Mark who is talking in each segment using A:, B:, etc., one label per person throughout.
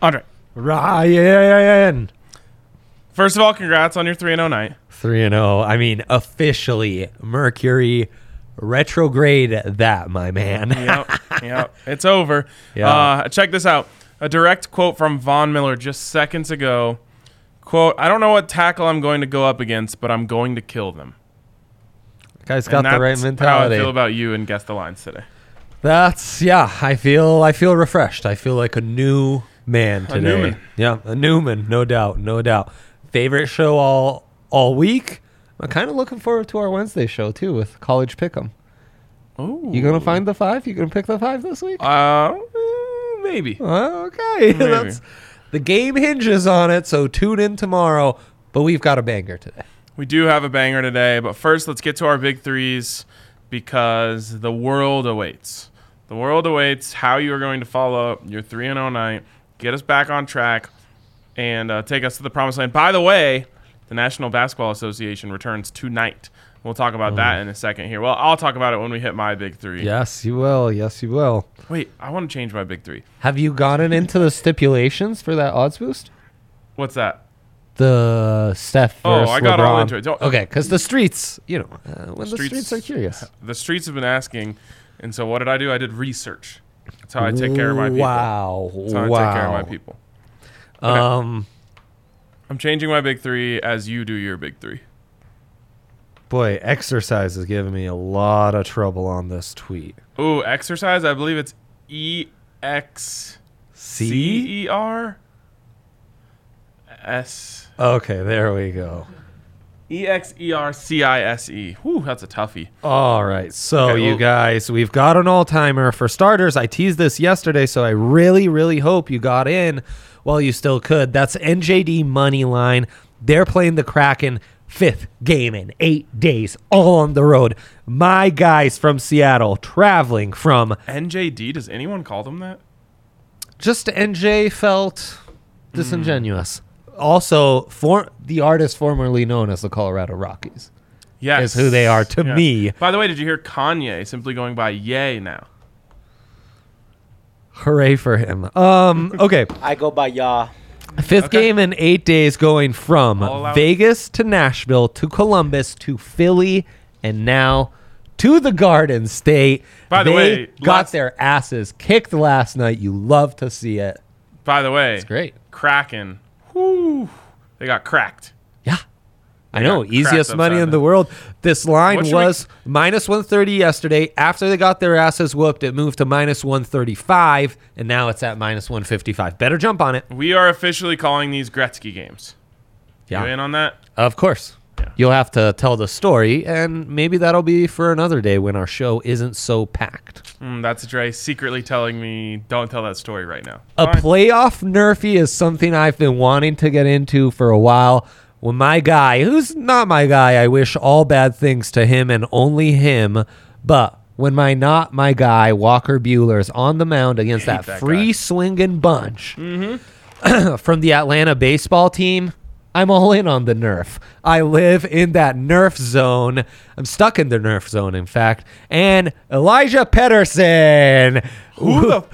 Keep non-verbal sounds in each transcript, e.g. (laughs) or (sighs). A: Andre,
B: Ryan.
A: first of all, congrats on your 3 0 night.
B: 3 and 0. I mean, officially Mercury retrograde that, my man.
A: Yep. yep. It's over.
B: Yeah.
A: Uh, check this out. A direct quote from Von Miller just seconds ago. Quote, I don't know what tackle I'm going to go up against, but I'm going to kill them.
B: (laughs) Guy's got
A: And
B: the right
A: that's How I feel
B: mentality.
A: about you and guess the lines today.
B: That's yeah, I feel I feel refreshed. I feel like a new man today.
A: Newman.
B: Yeah, a Newman, no doubt, no doubt. Favorite show all all week. I'm kind of looking forward to our Wednesday show too with College Pick'em.
A: Oh.
B: You gonna find the five? You gonna pick the five this week?
A: Uh, mm, maybe.
B: Oh, okay, (laughs)
A: Maybe.
B: that's the game hinges on it. So tune in tomorrow. But we've got a banger today.
A: We do have a banger today, but first let's get to our big threes because the world awaits. The world awaits how you are going to follow up your 3 0 night, get us back on track, and uh, take us to the promised land. By the way, the National Basketball Association returns tonight. We'll talk about that in a second here. Well, I'll talk about it when we hit my big three.
B: Yes, you will. Yes, you will.
A: Wait, I want to change my big three.
B: Have you gotten into the stipulations for that odds boost?
A: What's that?
B: the Steph.
A: Oh,
B: versus
A: I got all
B: LeBron.
A: into it. Don't-
B: okay, because the streets, you know, uh, when the
A: Streets-
B: streets are curious.
A: The streets have been asking, and so what did I do? I did research. That's how I take care of my people.
B: Wow,
A: That's how I
B: wow.
A: take care of my people. Okay.
B: Um,
A: I'm changing my big three as you do your big three.
B: boy, exercise is giving me a lot of trouble on this tweet.
A: Ooh, exercise. I believe it's E X
B: See?
A: C E R S
B: Okay, there we go.
A: E X E R C I S E. Whew, that's a toughie.
B: All right. So,
A: Okay,
B: you
A: well-
B: guys, we've got an all timer. For starters, I teased this yesterday, so I really, really hope you got in while you still could. That's NJD money line. They're playing the Kraken fifth game in eight days, all on the road. My guys from Seattle traveling from
A: NJD. Does anyone call them that?
B: just NJ felt disingenuous. Mm. Also, for the artist formerly known as the Colorado Rockies.
A: Yes,
B: who they are to me.
A: By the way, did you hear Kanye simply going by Yay now?
B: Hooray for him. Um, okay.
C: I go by Yah.
B: Fifth
A: Okay.
B: game in eight days, going from
A: I'll allow it.
B: Vegas to Nashville to Columbus to Philly, and now to the Garden State.
A: By the
B: They
A: way,
B: got
A: last-
B: their asses kicked last night. You love to see it.
A: By the way, it's
B: great.
A: Kraken. Whew, they got cracked.
B: Yeah. I know,
A: got
B: easiest
A: cracked
B: money
A: upside
B: in the
A: down.
B: world. This
A: What
B: line
A: should we-
B: was minus 130 yesterday. After they got their asses whooped, it moved to minus 135, and now it's at minus 155. Better jump on it.
A: We are officially calling these Gretzky games. You in on that?
B: Of course.
A: Yeah.
B: You'll have to tell the story, and maybe that'll be for another day when our show isn't so packed.
A: Mm, that's Dre secretly telling me, don't tell that story right now.
B: A
A: Fine.
B: playoff nerfy is something I've been wanting to get into for a while. When my guy, who's not my guy, I wish all bad things to him and only him, but when my not my guy, Walker Bueller's on the mound against that,
A: that guy. Mm.
B: free swinging bunch (laughs) from the Atlanta baseball team, I'm all in on the nerf. I live in that nerf zone. I'm stuck in the nerf zone, in fact. And Elijah Pedersen, who (laughs)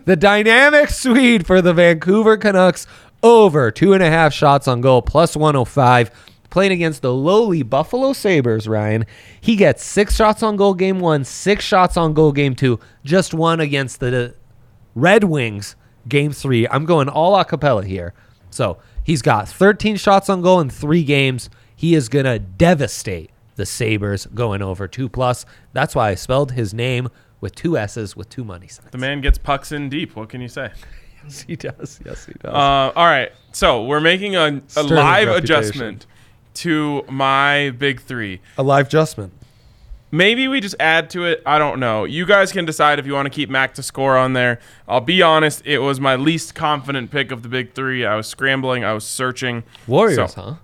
B: the, dynamic Swede for the Vancouver Canucks, over two and a half shots on goal, plus 105. Playing against the lowly Buffalo Sabres, Ryan, he gets six shots on goal game one, six shots on goal game two, just one against the Red Wings, game three. I'm going all a cappella here. So he's got 13 shots on goal in three games. He is going to devastate the Sabres going over two plus. That's why I spelled his name with two S's with two money signs.
A: the man gets pucks in deep. What can you say?
B: Yes, (laughs) he does. Yes, he does.
A: Uh, all right. So we're making a, a
B: Sterling
A: live
B: reputation.
A: adjustment to my big three.
B: a live adjustment.
A: Maybe we just add to it. I don't know. You guys can decide if you want to keep Mac to score on there. I'll be honest, it was my least confident pick of the big three. I was scrambling, I was searching.
B: Warriors,
A: So-
B: huh?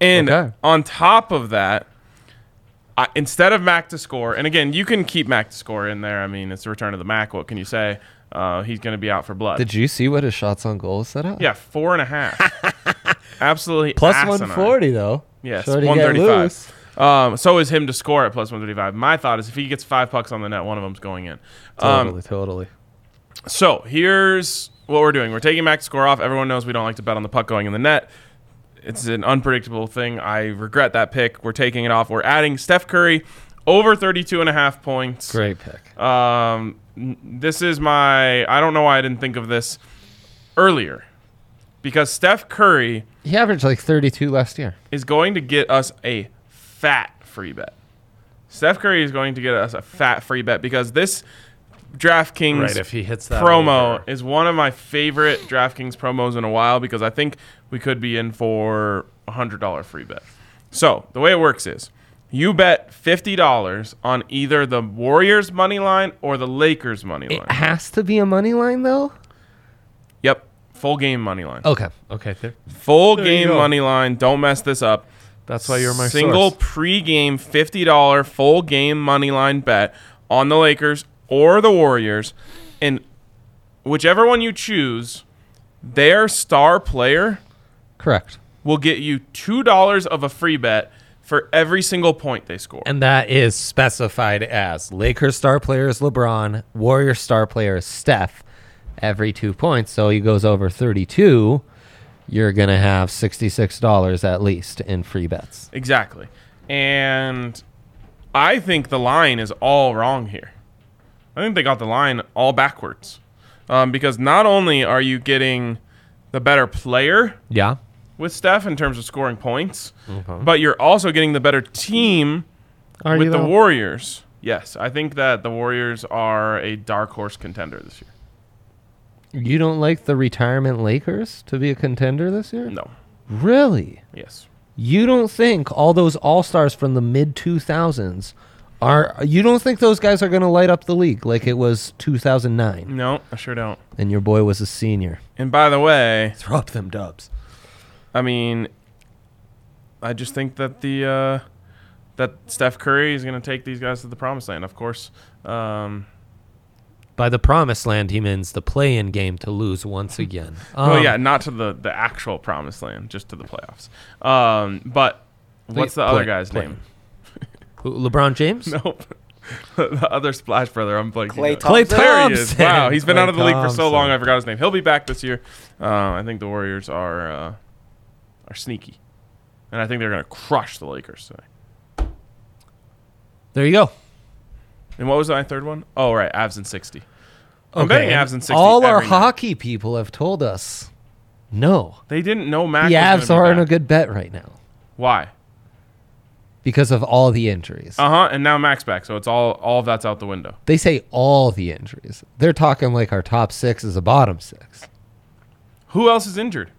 A: And
B: Okay.
A: on top of that, I, instead of Mac to score, and again, you can keep Mac to score in there. I mean, it's the return of the Mac. What can you say? Uh, he's going to be out for blood.
B: Did you see what his shots on goal is set up?
A: yeah,
B: (laughs)
A: four and a half. Absolutely.
B: Plus
A: asinine.
B: 140, though.
A: Yes,
B: Shorty got
A: 135.
B: loose.
A: Um, so is him to score at plus 135. My thought is if he gets five pucks on the net, one of them's going in. Um,
B: Totally, totally.
A: so here's what we're doing. We're taking back score off. Everyone knows we don't like to bet on the puck going in the net. It's an unpredictable thing. I regret that pick. We're taking it off. We're adding Steph Curry over 32 and a half points.
B: Great pick.
A: Um, n- this is my. I don't know why I didn't think of this earlier, because Steph Curry
B: He averaged like 32 last year.
A: is going to get us a fat free bet. Steph Curry is going to get us a fat free bet because this DraftKings
C: Right, if he hits that
A: promo
C: over.
A: is one of my favorite DraftKings promos in a while because I think we could be in for a hundred dollar free bet. So the way it works is you bet fifty dollars on either the Warriors money line or the Lakers money
B: It
A: line.
B: has to be a money line though.
A: Yep, full game money line.
B: Okay.
C: Okay, there-
A: Full
C: you
A: game
C: go.
A: money line. Don't mess this up.
C: that's why you're my
A: single
C: source.
A: pregame fifty dollar full game money line bet on the Lakers or the Warriors, and whichever one you choose, their star player
B: Correct.
A: will get you two dollars of a free bet for every single point they score.
B: And that is specified as Lakers star player is LeBron, Warriors star player is Steph every two points. So he goes over 32. You're going to have $66 at least in free bets.
A: exactly, and I think the line is all wrong here. I think they got the line all backwards um, because not only are you getting the better player.
B: Yeah.
A: with Steph in terms of scoring points, but you're also getting the better team
B: Are
A: with the Warriors. Yes, I think that the Warriors are a dark horse contender this year.
B: you don't like the retirement Lakers to be a contender this year?
A: No,
B: Really?
A: yes,
B: You don't think all those all stars from the mid 2000s are, you don't think those guys are going to light up the league like it was 2009
A: no, I sure don't.
B: and your boy was a senior?
A: And by the way,
B: Throw up them dubs.
A: I mean, I just think that the uh, that Steph Curry is going to take these guys to the promised land. Of course, um,
B: By the promised land, he means the play-in game to lose once again.
A: (laughs)
B: Um,
A: well, yeah, not to the the actual promised land, just to the playoffs. Um, but what's the other
B: Play-
A: guy's
B: play-
A: name? (laughs)
B: who, LeBron James? (laughs)
A: Nope. (laughs) the other splash brother. I'm blanking.
D: Klay
A: on it.
D: Thompson. Klay
A: There he is.
B: Thompson.
A: Wow, he's been
B: Klay
A: out of the league for so
B: Thompson.
A: long. I forgot his name. He'll be back this year. Uh, I think the Warriors are uh, are sneaky, and I think they're going to crush the Lakers today.
B: There you go.
A: And what was my third one? Oh, right, Avs in sixty. I'm betting
B: and
A: Avs in 60
B: All our
A: every night.
B: hockey people have told us, no,
A: They didn't know Mac.
B: the
A: was
B: Avs
A: gonna be
B: aren't a
A: back.
B: good bet right now
A: Why?
B: because of all the injuries.
A: Uh huh. And now Mac's back, so it's all all of that's out the window.
B: they say all the injuries. They're talking like our top six is a bottom six.
A: Who else is injured?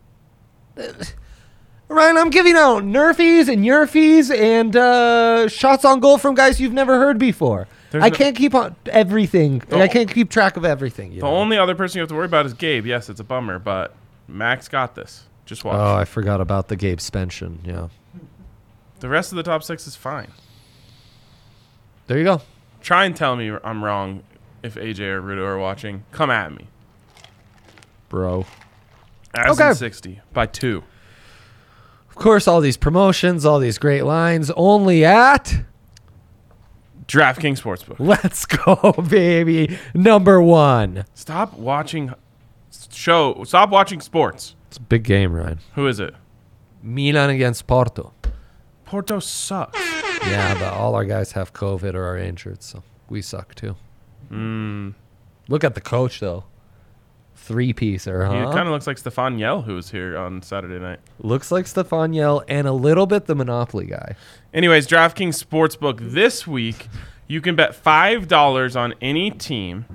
B: Ryan, I'm giving out nerfies and yurfies and uh, shots on goal from guys you've never heard before.
A: There's
B: I
A: no-
B: can't keep on everything. I can't keep track of everything. you
A: The
B: know?
A: only other person you have to worry about is Gabe. Yes, it's a bummer, but Mac's got this. Just watch.
B: Oh, I forgot about the Gabe Spension. Yeah.
A: the rest of the top six is fine.
B: There you go.
A: Try and tell me I'm wrong if AJ or Rudo are watching. Come at me.
B: Bro.
A: As
B: Okay.
A: in 60 by two.
B: Of course, all these promotions, all these great lines, only at
A: DraftKings Sportsbook.
B: Let's (laughs) Go, baby. Number one.
A: Stop watching show. Stop watching sports.
B: It's a big game, Ryan.
A: Who is it?
B: Milan against Porto.
A: Porto sucks.
B: Yeah, but all our guys have COVID or are injured, so we suck too. Hmm. Look at the coach, though. Three piecer, huh?
A: He kind of looks like Stefan Yell, who was here on Saturday night.
B: Looks like Stefan Yell and a little bit the Monopoly guy.
A: Anyways, DraftKings Sportsbook this week, you can bet $5 on any team.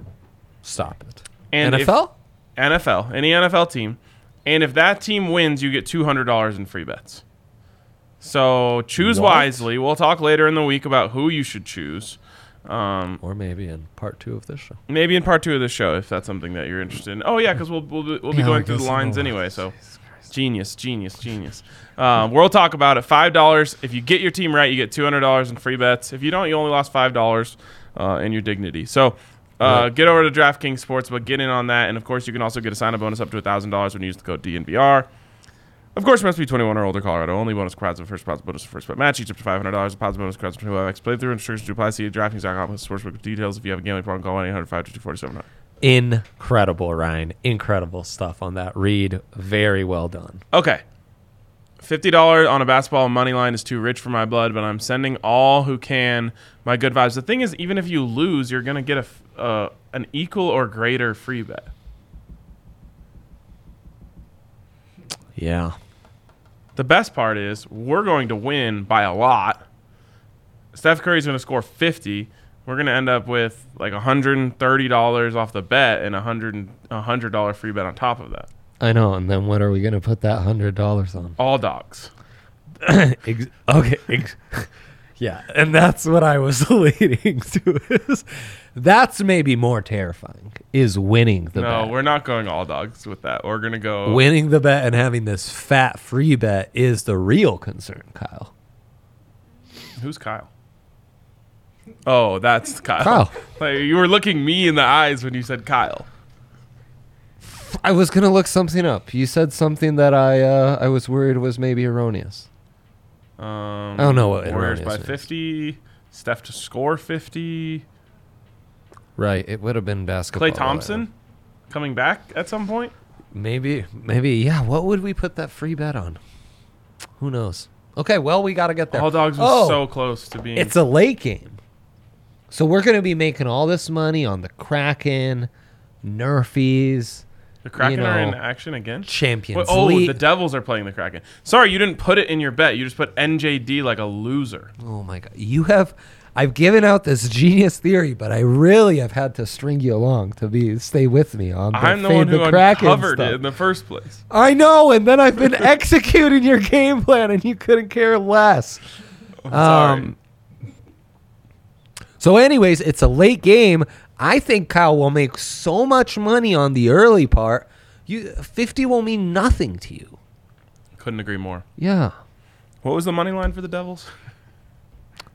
B: Stop it.
A: And if-
B: NFL?
A: NFL, any NFL team, and if that team wins, you get two hundred dollars in free bets. So choose
B: What?
A: wisely. We'll talk later in the week about who you should choose. Um,
B: Or maybe in part two of this show.
A: maybe in part two of the show, if that's something that you're interested in. Oh yeah, because we'll we'll, be- we'll be
B: Yeah,
A: going
B: I
A: through the
B: guess I know
A: lines
B: why.
A: anyway. So genius, genius, genius. Um, we'll talk about it. Five dollars. If you get your team right, you get two hundred dollars in free bets. If you don't, you only lost five dollars uh, in your dignity. So. Uh, Get over to DraftKings Sportsbook, get in on that, and of course you can also get a sign-up bonus up to thousand dollars when you use the code DNVR. Of course, it must be 21 or older, Colorado. Only bonus crowds of first spots, bonus for first bet match. Each up to $500. Deposit bonus crowds from 2X playthrough. Instructions to apply. See DraftKings.com. Sportsbook details. If you have a gambling problem, call 1 800 522
B: Incredible, Ryan. Incredible stuff on that read. Very well done.
A: Okay. $50 on a basketball money line is too rich for my blood, but I'm sending all who can my good vibes. The thing is, even if you lose, you're going to get a, f- uh, an equal or greater free bet.
B: Yeah.
A: The best part is we're going to win by a lot. Steph Curry's going to score 50. We're going to end up with like $130 off the bet and a $100, $100 free bet on top of that.
B: I know. And then what are we going to put that $100 on?
A: All dogs.
B: (coughs) Ex- okay. Ex- (laughs) yeah. And that's what I was (laughs) leading to. Is that's maybe more terrifying is winning the
A: no,
B: bet.
A: we're not going all dogs with that. We're going to go.
B: Winning the bet and having this fat free bet is the real concern, Kyle.
A: Who's Kyle? Oh, that's Kyle.
B: Kyle.
A: Like, you were looking me in the eyes when you said Kyle.
B: I was gonna look something up. You said something that I uh, I was worried was maybe erroneous.
A: Um,
B: I don't know what
A: Warriors by
B: erroneous means.
A: 50. Steph to score 50.
B: Right, it would have been basketball.
A: Clay Thompson coming back at some point.
B: Maybe, maybe, yeah. What would we put that free bet on? Who knows? Okay, well, we got to (laughs) get there.
A: All dogs was
B: oh,
A: so close to being.
B: it's a late game, so we're gonna be making all this money on the Kraken, Nerfies,
A: the Kraken
B: you
A: are in
B: know,
A: action again.
B: Champions
A: Wait, oh,
B: League.
A: the Devils are playing the Kraken. Sorry, you didn't put it in your bet. You just put NJD like a loser.
B: Oh my god. You have I've given out this genius theory, but I really have had to string you along to be stay with me on the,
A: I'm the
B: fade
A: one who
B: Kraken
A: uncovered
B: stuff.
A: it in the first place.
B: I know, and then I've been (laughs) executing your game plan and you couldn't care less.
A: I'm sorry.
B: (laughs) Um, So anyways, it's a late game. I think Kyle will make so much money on the early part. You 50 will mean nothing to you.
A: Couldn't agree more.
B: Yeah.
A: What was the money line for the Devils?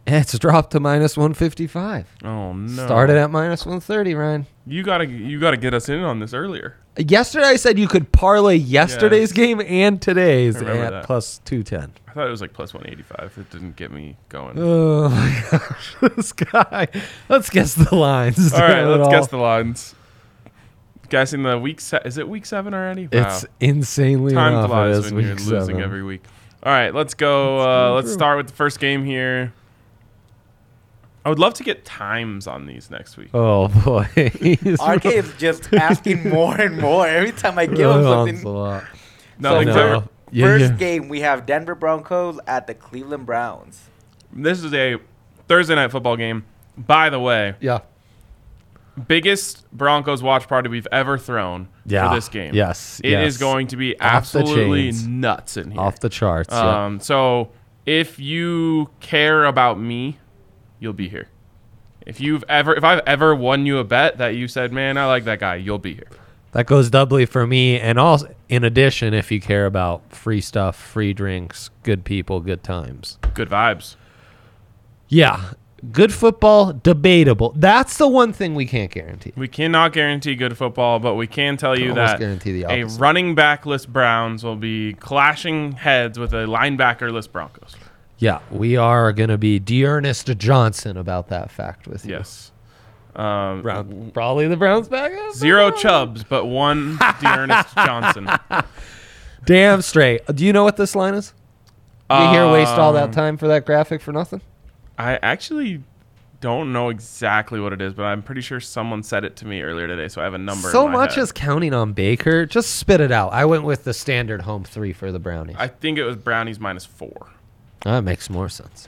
B: It's dropped to minus 155.
A: Oh no!
B: Started at minus 130, Ryan.
A: You gotta you gotta get us in on this earlier.
B: Yesterday I said you could parlay yesterday's game and today's
A: I remember
B: at
A: that.
B: plus 210.
A: I thought it was like plus one eighty five. It didn't get me going. all
B: (laughs) Oh my gosh, (laughs) this guy. Let's guess the lines. (laughs)
A: right,
B: Throw it
A: let's guess
B: all.
A: the lines. Guessing the week se- is it week seven already?
B: It's insanely
A: time
B: enough, it
A: flies
B: is
A: when you're
B: week
A: losing
B: seven.
A: every week. All right, let's go. uh,
B: go
A: let's
B: through.
A: start with the first game here. I would love to get times on these next week.
B: Oh boy. (laughs) He's (laughs)
C: RK is just asking more and more every time I give
B: really
C: him
B: wants a
C: something.
B: lot.
A: No, like,
C: no.
A: there-
B: Yeah,
C: First
B: yeah.
C: game we have Denver Broncos at the Cleveland Browns.
A: this is a Thursday night football game. By the way,
B: Yeah.
A: biggest Broncos watch party we've ever thrown
B: Yeah.
A: for this game.
B: Yes,
A: it is
B: yes.
A: going to be
B: Off the
A: absolutely
B: chains.
A: nuts in here.
B: Off the charts. yeah.
A: Um, so if you care about me, you'll be here. If you've ever, if I've ever won you a bet that you said, "Man, I like that guy," you'll be here.
B: That goes doubly for me and also in addition if you care about free stuff, free drinks, good people, good times.
A: Good vibes.
B: Yeah. Good football, debatable. That's the one thing we can't guarantee.
A: We cannot guarantee good football, but we can tell you
B: Almost
A: that
B: guarantee the
A: a
B: opposite.
A: running backless Browns will be clashing heads with a linebackerless Broncos.
B: Yeah, we are going to be Dearnest Johnson about that fact with you.
A: Yes. Um,
B: Brown, probably the Browns back
A: Zero Chubbs, but
B: (laughs)
A: one Dearness Johnson.
B: Damn straight. Do you know what this line is? You here waste all that
A: Um,
B: time for that graphic for nothing?
A: I actually don't know exactly what it is, but I'm pretty sure someone said it to me earlier today, so I have a number.
B: So
A: in my
B: much
A: head.
B: is counting on Baker. Just spit it out. I went with the standard home three for the Brownies.
A: I think it was Brownies minus four.
B: that makes more sense.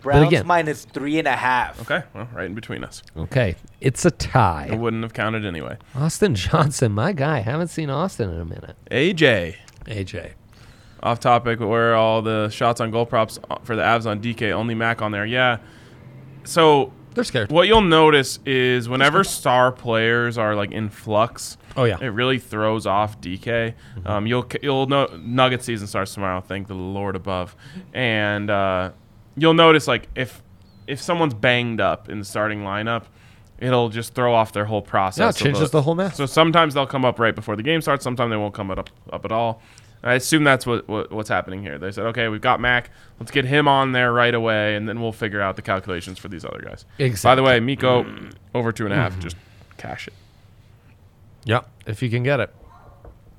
C: Browns
B: again-
C: minus three and a half.
A: Okay, well, right in between us.
B: Okay, it's a
A: It
B: tie.
A: wouldn't have counted anyway.
B: Austin Johnson, my guy. Haven't seen Austin in a minute.
A: AJ.
B: AJ.
A: Off topic, but where are all the shots on goal props for the Avs on DK? Only Mac on there. Yeah. So
B: They're scared.
A: what you'll notice is whenever star players are like in flux,
B: Oh, yeah. Mm-hmm.
A: it really throws off DK. Um, you'll you'll know Nugget season starts tomorrow. Thank the Lord above, and uh, you'll notice like if if someone's banged up in the starting lineup, it'll just throw off their whole process.
B: Yeah, it changes
A: So
B: the whole math.
A: So sometimes they'll come up right before the game starts. Sometimes they won't come up up at all. I assume that's what, what what's happening here. They said, okay, we've got Mac. Let's get him on there right away, and then we'll figure out the calculations for these other guys. By the way, Miko over two and a half. Just cash it.
B: Yep. If you can get it.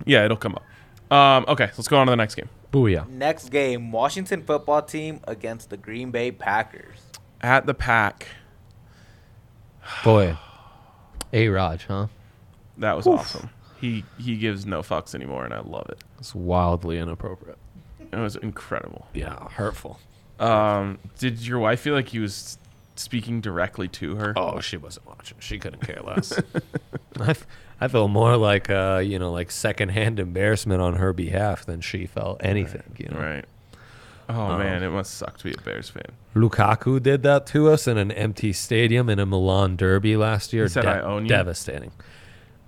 A: Yeah, it'll come up. Um, okay, let's go on to the next game.
B: Booyah.
C: Next game, Washington football team against the Green Bay Packers.
A: At the pack,
B: Boy. A Raj, huh?
A: that was awesome. He he gives no fucks anymore, and I love it.
B: It's wildly inappropriate.
A: It was incredible.
B: Yeah. Hurtful.
A: Um, did your wife feel like he was speaking directly to her?
B: Oh, she wasn't watching. She couldn't care less. (laughs) I, f- I feel more like uh, you know, like secondhand embarrassment on her behalf than she felt anything. You know,
A: Right. Oh man, it must suck to be a Bears fan.
B: Lukaku did that to us in an empty stadium in a Milan derby last year.
A: He said, "I own you."
B: Devastating.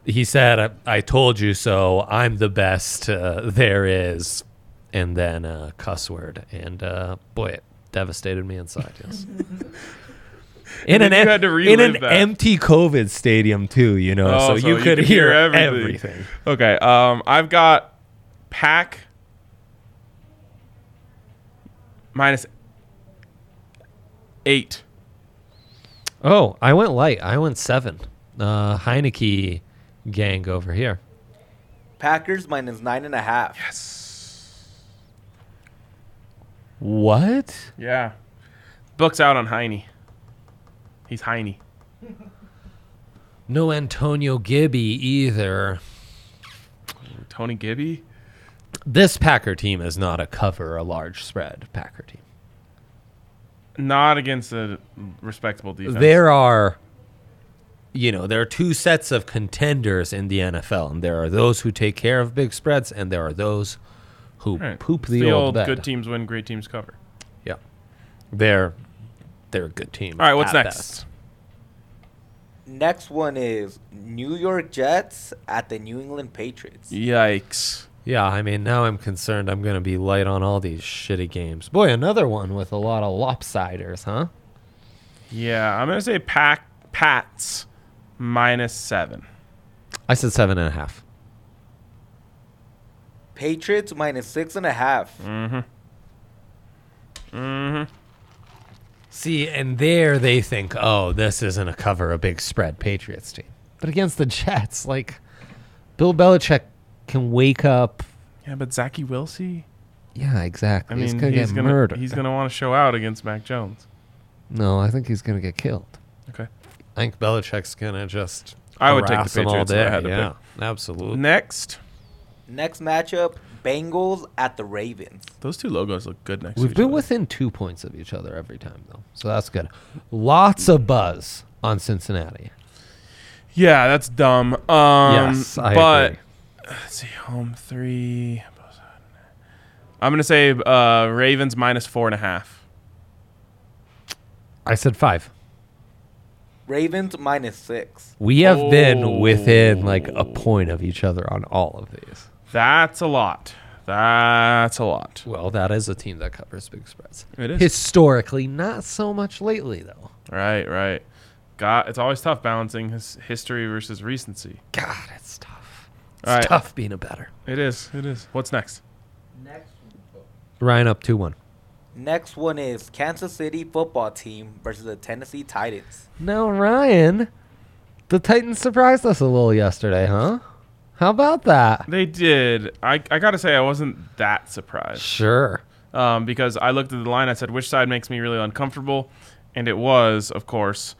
B: He said, I, "I told you so. I'm the best uh, there is," and then uh, cuss word, and uh, boy, it devastated me inside.
A: (laughs)
B: Yes. In
A: And then
B: an,
A: you
B: em-
A: had to
B: in an
A: relive that.
B: empty COVID stadium too, you know,
A: Oh,
B: so, you, could, hear, everything.
A: Okay. Um, I've got pack minus eight.
B: Oh, I went light. I went seven. Uh, Heineke gang over here.
C: Packers minus nine and a half.
B: What?
A: Yeah. Books out on Heine. He's Heine.
B: No Antonio Gibby either.
A: Tony Gibby.
B: This Packer team is not a cover a large spread Packer team.
A: Not against a respectable defense.
B: There are you know, there are two sets of contenders in the NFL, and there are those who take care of big spreads, and there are those who
A: Right.
B: poop
A: It's
B: the, old, bed.
A: good teams win, great teams cover.
B: Yeah, they're they're a good team.
A: All right, what's
B: at
A: next?
B: best.
C: Next one is New York Jets at the New England Patriots.
A: Yikes.
B: Yeah, I mean, now I'm concerned I'm going to be light on all these shitty games. Boy, another one with a lot of lopsiders, huh?
A: Yeah, I'm gonna say pack Pats minus seven.
B: I said seven and a half.
C: Patriots minus six and a half.
B: See, and there they think, oh, this isn't a cover, a big spread Patriots team. But against the Jets, like, Bill Belichick can wake up.
A: Yeah, but Zachy Wilsey.
B: Yeah,
A: I
B: exactly.
A: mean,
B: he's going to
A: he's
B: get
A: gonna
B: murdered.
A: he's gonna want to show out against Mac Jones.
B: no, I think he's going to get killed.
A: Okay.
B: I think Belichick's going to just.
A: I would take the
B: harass him
A: Patriots
B: all
A: if I
B: day.
A: had to
B: yeah, absolutely.
A: Next,
C: Next matchup, Bengals at the Ravens.
A: those two logos look good next. to
B: We've
A: each
B: been
A: other.
B: within two points of each other every time, though. So that's good. Lots of buzz on Cincinnati.
A: Yeah, that's dumb. Um,
B: yes, I
A: but
B: agree.
A: let's see, home three. I'm gonna say uh, Ravens minus four and a half.
B: I said five.
C: Ravens minus six.
B: We have been
A: Oh.
B: within like a point of each other on all of these.
A: That's a lot. That's a lot.
B: Well, that is a team that covers big spreads.
A: It is
B: Historically, not so much lately, though.
A: right, right. God, it's always tough balancing his history versus recency.
B: God, it's tough. It's
A: All right.
B: tough being a better.
A: It is. It is. What's next?
C: Next.
B: Ryan up 2 1.
C: Next one is Kansas City football team versus the Tennessee Titans.
B: Now, Ryan, the Titans surprised us a little yesterday, huh? How about that?
A: They did. I, I gotta say, I wasn't that surprised
B: Sure.
A: um, because I looked at the line. I said, "Which side makes me really uncomfortable?" And it was, of course,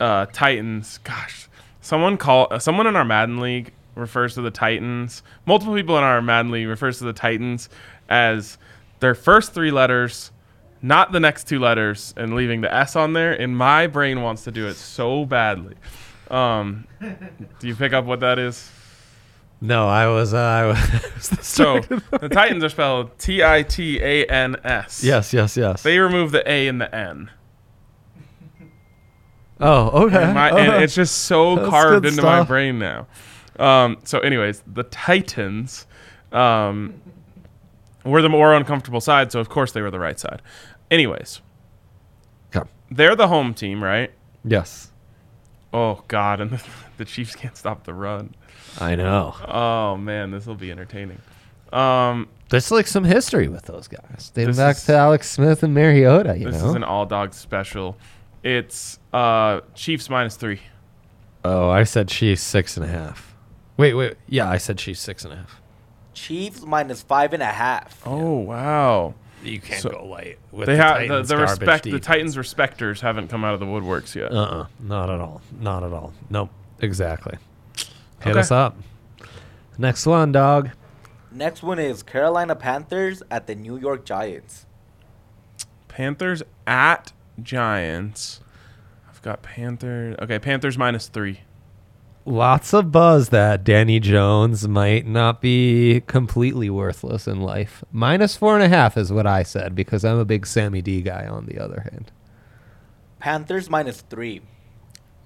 A: uh, Titans. Gosh, someone call uh, someone in our Madden league refers to the Titans. Multiple people in our Madden league refers to the Titans as their first three letters, not the next two letters, and leaving the S on there. And my brain wants to do it so badly. Um, do you pick up what that is?
B: No, I was. Uh, I (laughs) was the
A: So
B: start of- (laughs)
A: the Titans are spelled T I T A N S.
B: yes, yes, yes.
A: They remove the A and the
B: (laughs)
A: N.
B: oh, okay.
A: And, my, and
B: okay.
A: it's just so
B: That's
A: carved
B: good
A: into my
B: stuff.
A: brain now. Um, so, anyways, the Titans um, were the more uncomfortable side, so of course they were the right side. Anyways,
B: Come.
A: they're the home team, right?
B: Yes,
A: Oh, God. (laughs) And the, the Chiefs can't stop the run.
B: I know.
A: Oh, man, this will be entertaining. Um,
B: There's like some history with those guys. Dating
A: This
B: back
A: is-
B: to Alex Smith and Mariota, you
A: this
B: know.
A: is an all dog special. It's uh, Chiefs minus three.
B: oh, I said she's six and a half. Wait, wait. Yeah, I said she's six and a half.
C: Chiefs minus five and a half.
A: Oh wow!
B: You can't
A: So-
B: go light with
A: They have the, the
B: garbage
A: respect. The
B: deep.
A: Titans respecters haven't come out of the woodworks yet.
B: Uh-uh. Not at all. Not at all. Nope. Exactly. Hit
A: Okay.
B: us up. Next one, dog.
C: Next one is Carolina Panthers at the New York Giants.
A: Panthers at Giants. I've got Panthers. Okay, Panthers minus three.
B: Lots of buzz that Danny Jones might not be completely worthless in life. Minus four and a half is what I said because I'm a big Sammy D guy on the other hand.
C: Panthers minus three.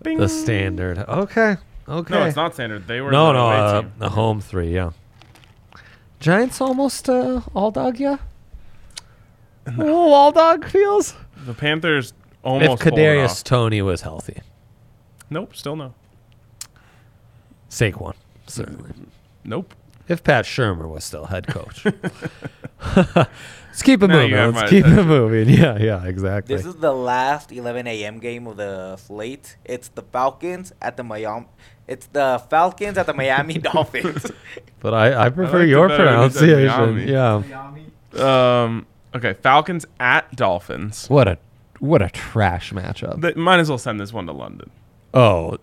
A: Bing.
B: The standard. Okay. Okay.
A: No, it's not standard. They were
B: No,
A: the
B: no.
A: away
B: Uh,
A: team.
B: the home three, yeah. Giants almost uh, all dog, yeah? Oh, all dog feels.
A: The Panthers almost
B: if
A: pulled it off.
B: Kadarius Tony was healthy.
A: Nope, still no.
B: Saquon, certainly.
A: Nope. (laughs)
B: If Pat Shermer was still head coach. Let's keep it
A: Now you
B: moving.
A: have
B: Let's
A: my
B: keep it
A: attention.
B: moving. Yeah, yeah, exactly.
C: This is the last 11 a.m. game of the slate. It's the Falcons at the Miami. It's the Falcons at the Miami Dolphins.
B: but I, I prefer
A: liked it
B: your
A: better when you said
B: pronunciation.
A: Miami.
B: Yeah.
A: Um. Okay, Falcons at Dolphins.
B: What a what a trash matchup.
A: They might as well send this one to London.
B: Oh.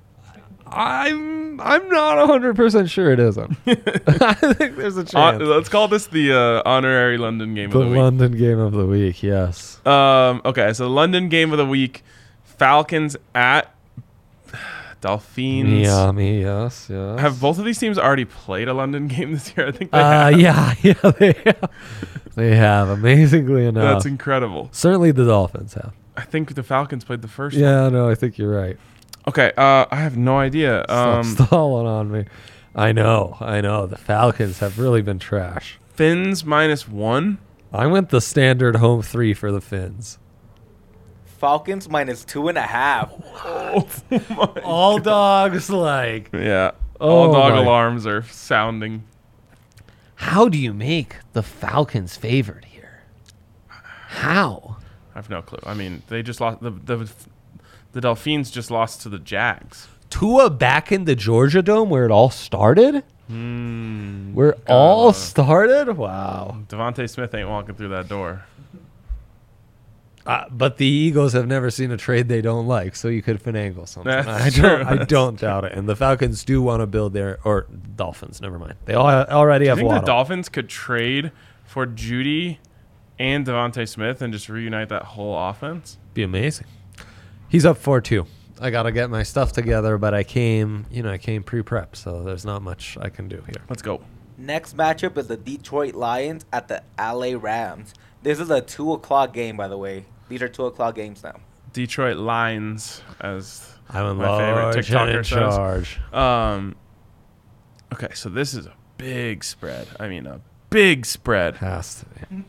B: I'm I'm not hundred percent sure
A: (laughs)
B: it isn't. (laughs) I think there's a
A: Uh,
B: chance.
A: let's call this the uh, honorary London game
B: the
A: of the week.
B: London game of the week, yes.
A: Um, okay, so London game of the week, Falcons at (sighs) Dolphins.
B: Miami, yes, yes.
A: Have both of these teams already played a London (laughs) game this year? I think they
B: uh,
A: have.
B: yeah, (laughs) yeah, they have. They have, amazingly enough.
A: That's incredible.
B: Certainly the Dolphins have.
A: I think the Falcons played the first. one.
B: Yeah, no, I think you're right.
A: Okay. Uh, I have no idea.
B: Stop
A: Um,
B: stalling on me. I know, I know. The Falcons have really been trash.
A: Finns minus
B: (laughs)
A: one.
B: I went the standard home three for the Finns.
C: Falcons minus two and a half.
A: Oh my.
B: All dogs like.
A: Yeah.
B: Oh
A: All dog
B: my.
A: alarms are sounding.
B: How do you make the Falcons favored here? How?
A: I have no clue. I mean, they just lost the the the Dolphins just lost to the Jags.
B: Tua back in the Georgia Dome where it all started? where it all started? Wow.
A: Devonte Smith ain't walking through that door.
B: Uh, but the Eagles have never seen a trade they don't like, so you could finagle something.
A: That's
B: I
A: true,
B: don't, I
A: that's
B: don't doubt it. And the Falcons do want to build their or Dolphins. Never mind. They all,
A: I
B: already have
A: think the
B: Waddle.
A: Dolphins could trade for Judy and Devonte Smith and just reunite that whole offense.
B: Be amazing. He's up four two. I gotta get my stuff together, but I came, you know, I came pre-prep, so there's not much I can do here.
A: Let's go.
C: Next matchup is the Detroit Lions at the LA Rams. This is a two o'clock game, by the way. These are two o'clock games now.
A: Detroit Lions as
B: I'm in
A: My
B: large
A: favorite
B: and in
A: TikToker says.
B: charge.
A: um Okay, so this is a big spread. I mean a big spread.
B: Has to be.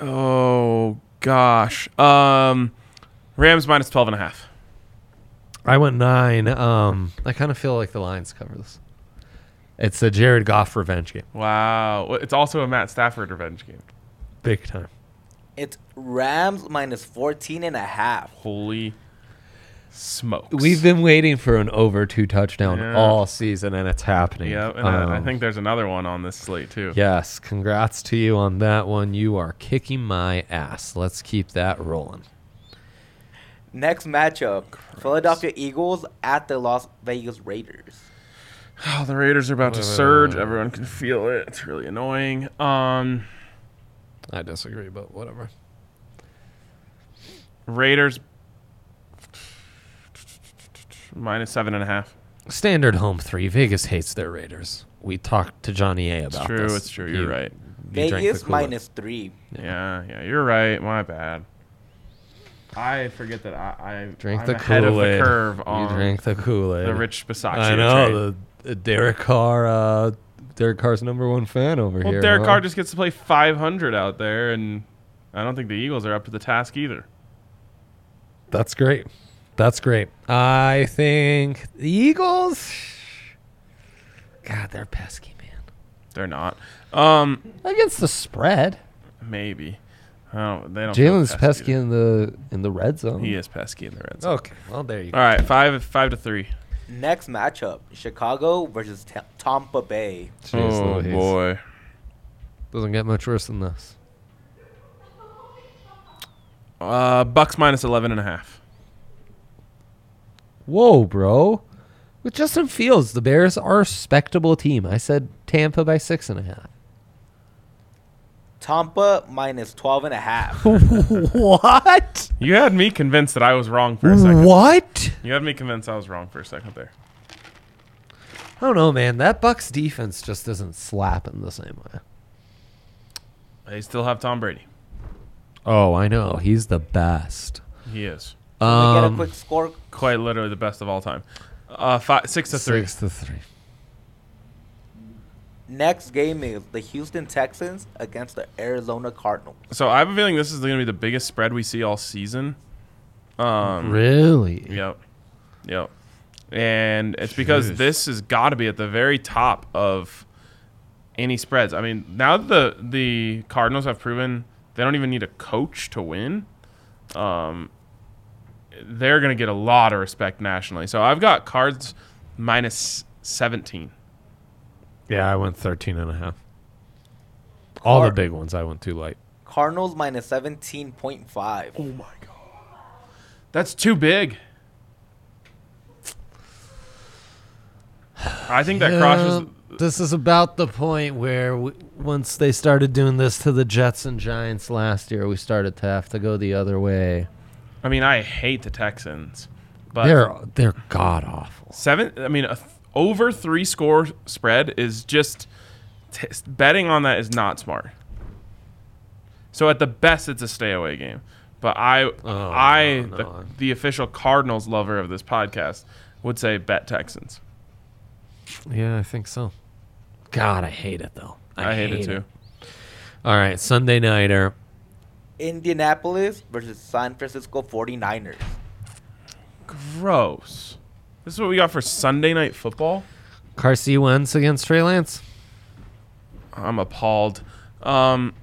A: Oh gosh. Um Rams minus 12 and a half.
B: I went nine. Um, I kind of feel like the Lions cover this. It's a Jared Goff revenge game,
A: Wow. Well, It's also a Matt Stafford revenge game.
B: big time.
C: It's Rams minus 14 and a half.
A: Holy smokes.
B: We've been waiting for an over two touchdown
A: Yeah.
B: all season, and it's happening.
A: Yeah, and I- I
B: Um,
A: think there's another one on this slate too.
B: Yes, congrats to you on that one. You are kicking my ass. Let's keep that rolling.
C: Next matchup Philadelphia Eagles at the Las Vegas Raiders.
A: Oh, the Raiders are about to
B: Wait, wait, wait,
A: surge.
B: wait.
A: Everyone can feel it. It's really annoying. Um,
B: I disagree, but whatever.
A: Raiders minus seven and a half.
B: Standard home three. Vegas hates their Raiders. We talked to Johnny A about
A: It's true.
B: this.
A: It's true. You're
B: You-
A: right.
B: you drank the
C: Vegas
B: Kool-Aid.
C: minus three.
A: Yeah, yeah. You're right. My bad. I forget that I, I
B: Drink
A: I'm
B: the
A: ahead of the
B: Kool-Aid.
A: curve
B: You
A: on
B: drank the Kool Aid.
A: the Rich Bisaccia
B: I
A: trade.
B: know the, the Derek Carr. Uh, Derek Carr's number one fan over
A: Well,
B: here.
A: Derek
B: huh?
A: Carr just gets to play 500 out there, and I don't think the Eagles are up to the task either.
B: That's great. That's great. I think the Eagles. God, they're pesky, man.
A: They're not. Um,
B: against the spread.
A: maybe. Oh, they don't. feel
B: Jalen's pesky
A: either.
B: in the in the red zone.
A: He is pesky in the red zone.
B: Okay. Well, there you go.
A: All right, five five to three.
C: Next matchup: Chicago versus T- Tampa Bay.
B: Jeez
A: oh
B: Louise.
A: boy.
B: Doesn't get much worse than this.
A: Uh, Bucks minus eleven and a half.
B: Whoa, bro. With Justin Fields, the Bears are a respectable team. I said Tampa by six and a half.
C: Tampa minus 12 and
B: (laughs)
C: a half.
B: what?
A: You had me convinced that I was wrong for a second.
B: What?
A: You had me convinced I was wrong for a second there.
B: I don't know, man. That Bucks defense just isn't slapping the same way.
A: They still have Tom Brady.
B: Oh, I know. He's the best.
A: He is
C: Can we get a
B: Um,
C: quick score.
A: quite literally the best of all time. Uh, five, six to three.
B: Six to three.
C: Next game is the Houston Texans against the Arizona Cardinals.
A: So I have a feeling this is going to be the biggest spread we see all season. Um,
B: Really?
A: Yep. Yep. And it's because
B: Jeez.
A: this has got to be at the very top of any spreads. I mean, now that the the Cardinals have proven they don't even need a coach to win, um, they're going to get a lot of respect nationally. So I've got cards minus 17.
B: Yeah, I went 13 and a half. All
C: Car-
B: the big ones I went too light.
C: Cardinals minus 17.5.
A: my God. That's too big. I think that crosses.
B: Um, This is about the point where we, once they started doing this to the Jets and Giants last year, we started to have to go the other way.
A: I mean, I hate the Texans, but
B: They're they're god awful.
A: Seven. I mean, a th- over three score spread is just t- betting on that is not smart. So at the best, it's a stay away game. But I, I,
B: no,
A: the,
B: no.
A: the official Cardinals lover of this podcast, would say bet Texans.
B: Yeah, I think so. God, I hate it though.
A: I, hate, it too.
B: All right, Sunday nighter.
C: Indianapolis versus San Francisco 49ers.
A: Gross. This is what we got for Sunday night football.
B: Carsey Wentz against Trey Lance.
A: I'm appalled. Um,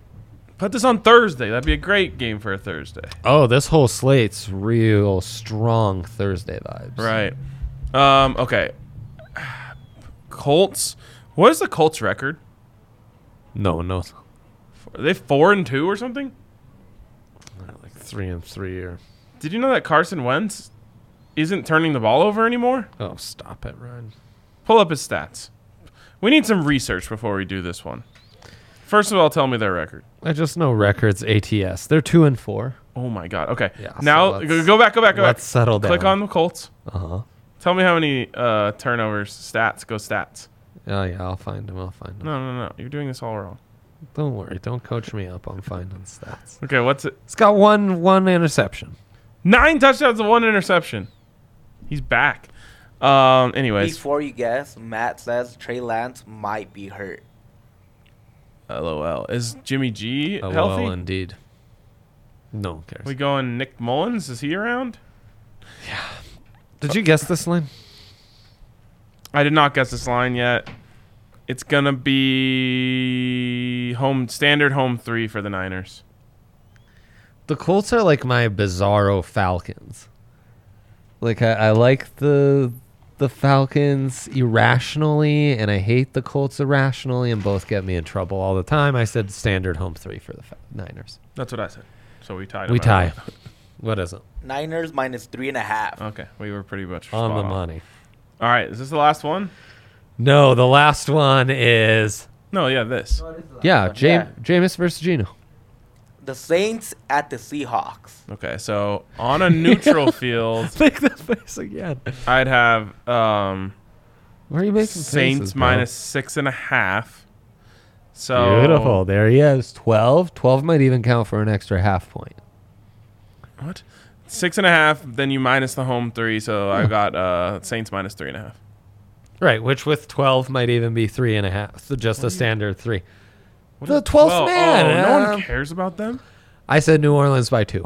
A: put this on Thursday. That'd be a great game for a Thursday.
B: Oh, this whole slate's real strong Thursday vibes.
A: Right. Um, okay. Colts. What is the Colts record?
B: No one knows.
A: Are they four and two or something?
B: Like three and three or
A: Did you know that Carson Wentz isn't turning the ball over anymore?
B: oh, stop it, Ryan.
A: Pull up his stats. We need some research before we do this one. First of all, tell me their record.
B: I just know records ATS. They're two and four.
A: Oh my god. Okay.
B: Yeah, so
A: now
B: let's-
A: go go back, go back, go
B: Let's
A: back.
B: settle down.
A: Click on the Colts.
B: Uh huh.
A: Tell me how many uh, turnovers. Stats. Go stats.
B: Oh yeah, I'll find him. I'll find him.
A: No, no, no. You're doing this all wrong.
B: Don't worry. Don't coach me up on finding stats.
A: Okay. What's it?
B: It's got one one interception.
A: Nine touchdowns and one interception. He's back. Um. Anyways.
C: Before you guess, Matt says Trey Lance might be hurt.
A: LOL. Is Jimmy G
B: Oh,
A: healthy?
B: well, indeed. No one cares.
A: we going Nick Mullins? Is he around?
B: Did you guess this line?
A: I did not guess this line yet. It's gonna be home standard home three for the Niners.
B: The Colts are like my bizarro Falcons. Like I, I like the the Falcons irrationally, and I hate the Colts irrationally, and both get me in trouble all the time. I said standard home three for the Fa- Niners.
A: That's what I said. So we tied. no
B: We tie.
A: matter
B: (laughs) What is it?
C: Niners minus three and a half.
A: what. Okay, we were pretty much
B: On
A: spot
B: the money.
A: All right, is this the last one?
B: No, the last one is
A: No, yeah, this.
B: yeah, Jam-
C: Yeah.
B: Jameis versus (laughs) Gino.
C: The Saints at the Seahawks.
A: Okay, so on a
B: (laughs)
A: neutral field,
B: Make that face again.
A: I'd have um,
B: Where are you making
A: Saints
B: faces, bro?
A: minus six and a half. So
B: Beautiful. There he is. 12. 12 might even count for an extra half point.
A: What? Six and a half. Then you minus the home three, so I got uh, Saints minus three and a half.
B: Right, which with 12 might even be three and a half, so just a standard three.
A: What
B: The
A: is-
B: 12th
A: Well,
B: man,
A: Oh, no
B: um,
A: one cares about them.
B: I said New Orleans by two.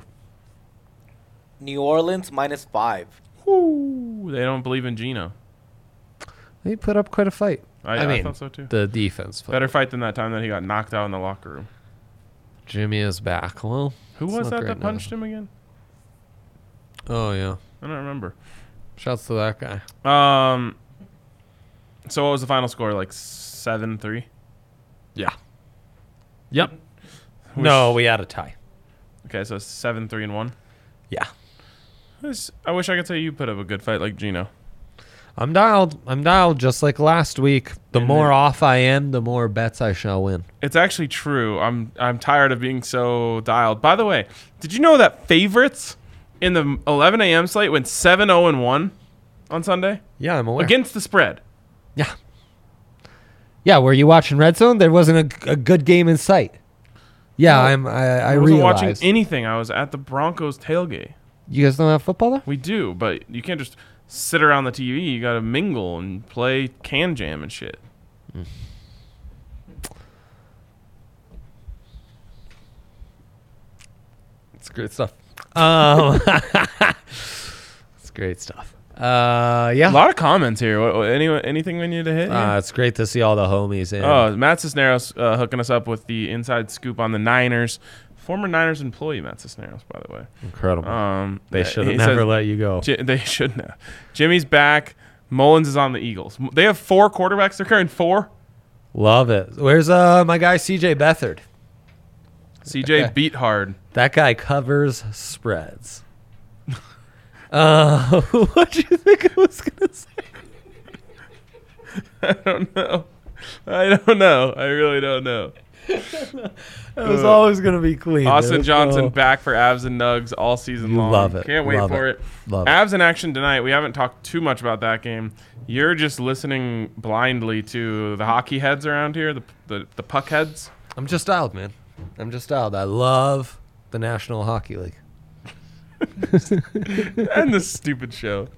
C: New Orleans minus five.
A: Woo, they don't believe in Gino.
B: They put up quite a fight.
A: I,
B: I
A: I
B: mean,
A: thought so too.
B: the defense. But
A: Better fight than that time that he got knocked out in the locker room.
B: Jimmy is back. Well,
A: Who
B: It's
A: was
B: not
A: that
B: great
A: that
B: now.
A: punched him again?
B: oh yeah.
A: I don't remember.
B: Shouts to that guy.
A: Um. So what was the final score? Like seven three.
B: Yeah. Yep. No, we had a tie.
A: Okay, so seven three and one.
B: Yeah.
A: This- I wish I could say you put up a good fight like Gino.
B: I'm dialed. I'm dialed just like last week. The
A: And
B: more
A: then-
B: off I am, the more bets I shall win.
A: It's actually true. I'm I'm tired of being so dialed. By the way, did you know that favorites in the 11 a.m. slate went 7 0 and 1 on Sunday
B: Yeah, I'm aware.
A: against the spread?
B: Yeah. Yeah, were you watching Red Zone? There wasn't a, a good game in sight. Yeah,
A: No,
B: I'm. I, I,
A: I wasn't
B: realize
A: watching anything. I was at the Broncos tailgate.
B: you guys don't have football there.
A: We do, but you can't just sit around the TV. You got to mingle and play can jam and shit.
B: It's great stuff. Um, (laughs) it's great stuff. Uh,
A: A
B: yeah.
A: lot of comments here. What, what- any, anything we need to hit? here?
B: Uh, it's great to see all the homies in.
A: Oh, Matt Cisneros uh, hooking us up with the inside scoop on the Niners. Former Niners employee Matt Cisneros, by the way.
B: Incredible.
A: Um,
B: they
A: uh,
B: should have
A: he
B: never
A: says-
B: let you go.
A: J- they (laughs) shouldn't have. Jimmy's back. Mullins is on the Eagles. M- They have four quarterbacks. They're carrying four.
B: Love it. Where's uh my guy CJ Bethard?
A: CJ
B: (laughs) Okay.
A: beat hard. (laughs)
B: That guy covers spreads. (laughs) uh, (laughs) what do you think I was gonna say?
A: I don't know. I don't know. I really don't know.
B: It was
A: Uh,
B: always gonna be clean. Oh.
A: Austin
B: There's
A: Johnson
B: no-
A: back for abs and nugs all season
B: You
A: long.
B: love it.
A: Can't wait
B: Love
A: for
B: it.
A: it.
B: Love it.
A: Abs in action tonight. We haven't talked too much about that game. You're just listening blindly to the hockey heads around here, the the, the puck heads. (laughs)
B: I'm just dialed, man. I'm just dialed. I love the National Hockey League.
A: and this stupid show.